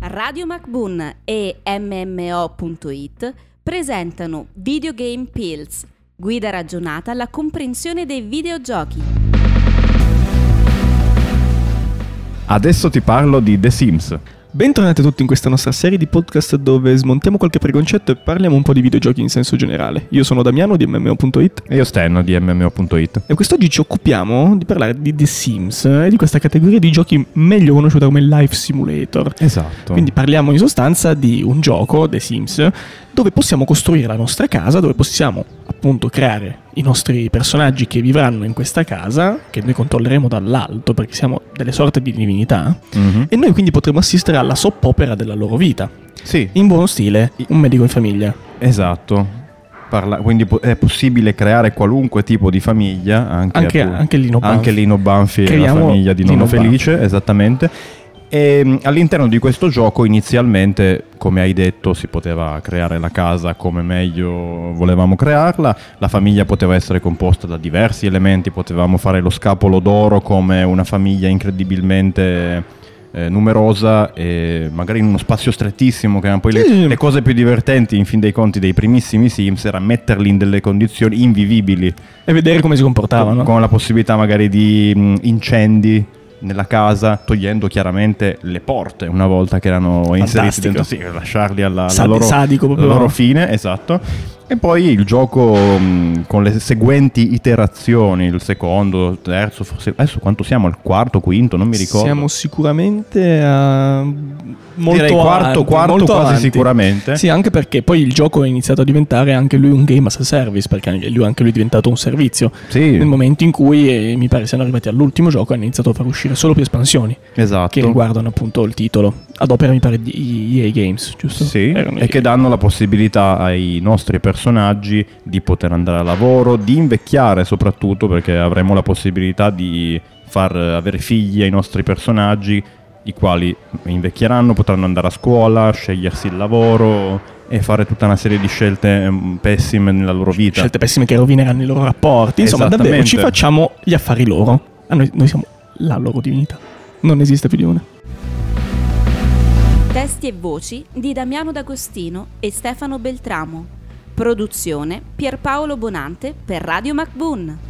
Radio MacBoon e MMO.it presentano Videogame Pills, guida ragionata alla comprensione dei videogiochi. Adesso ti parlo di The Sims. Bentornati a tutti in questa nostra serie di podcast dove smontiamo qualche preconcetto e parliamo un po' di videogiochi in senso generale. Io sono Damiano di MMO.it E io Stenno di MMO.it. e quest'oggi ci occupiamo di parlare di The Sims eh, e di questa categoria di giochi meglio conosciuta come Life Simulator. Esatto. Quindi parliamo in sostanza di un gioco, The Sims, dove possiamo costruire la nostra casa, dove possiamo appunto creare i nostri personaggi che vivranno in questa casa, che noi controlleremo dall'alto perché siamo delle sorte di divinità, Mhm. e noi quindi potremo assistere alla soppopera della loro vita. Sì, In buono stile, un medico in famiglia. esatto. Parla- quindi po- è possibile creare qualunque tipo di famiglia, anche, Anche, appunto- anche Lino Banfi. anche Lino Banfi e la Creiamo famiglia di Nonno Lino Banfi. Felice, esattamente. E, mh, all'interno di questo gioco inizialmente, come hai detto, si poteva creare la casa come meglio volevamo crearla, la famiglia poteva essere composta da diversi elementi, potevamo fare lo scapolo d'oro come una famiglia incredibilmente eh, numerosa e magari in uno spazio strettissimo che erano poi le, Sì, sì. le cose più divertenti in fin dei conti dei primissimi Sims era metterli in delle condizioni invivibili E vedere come si comportavano. con la possibilità magari di mh, incendi nella casa, togliendo chiaramente le porte una volta che erano inseriti Fantastico. dentro, sì, lasciarli alla, alla Sad- loro, sadico alla proprio. loro fine, esatto. E poi il gioco mh, con le seguenti iterazioni, il secondo, il terzo, forse adesso quanto siamo? Al quarto, quinto, non mi ricordo. Siamo sicuramente a molto Direi quarto, avanti, quarto molto quasi avanti. sicuramente. Sì, anche perché poi il gioco è iniziato a diventare anche lui un game as a service, perché anche lui, anche lui è diventato un servizio. Sì, Nel momento in cui, eh, mi pare siano arrivati all'ultimo gioco, hanno iniziato a far uscire solo più espansioni, che esatto. riguardano appunto il titolo, ad opera mi pare di EA Games, giusto? Eh, Sì, Erano e EA. che danno la possibilità ai nostri personaggi di poter andare a lavoro, di invecchiare soprattutto perché avremo la possibilità di far eh, avere figli ai nostri personaggi, i quali invecchieranno, potranno andare a scuola, scegliersi il lavoro e fare tutta una serie di scelte ehm, pessime nella loro vita. scelte pessime che rovineranno i loro rapporti. Insomma, davvero Esattamente. ci facciamo gli affari loro. A noi, noi siamo la loro divinità. Non esiste più di una. Testi e voci di Damiano D'Agostino e Stefano Beltramo. Produzione Pierpaolo Bonante per Radio MacBoon.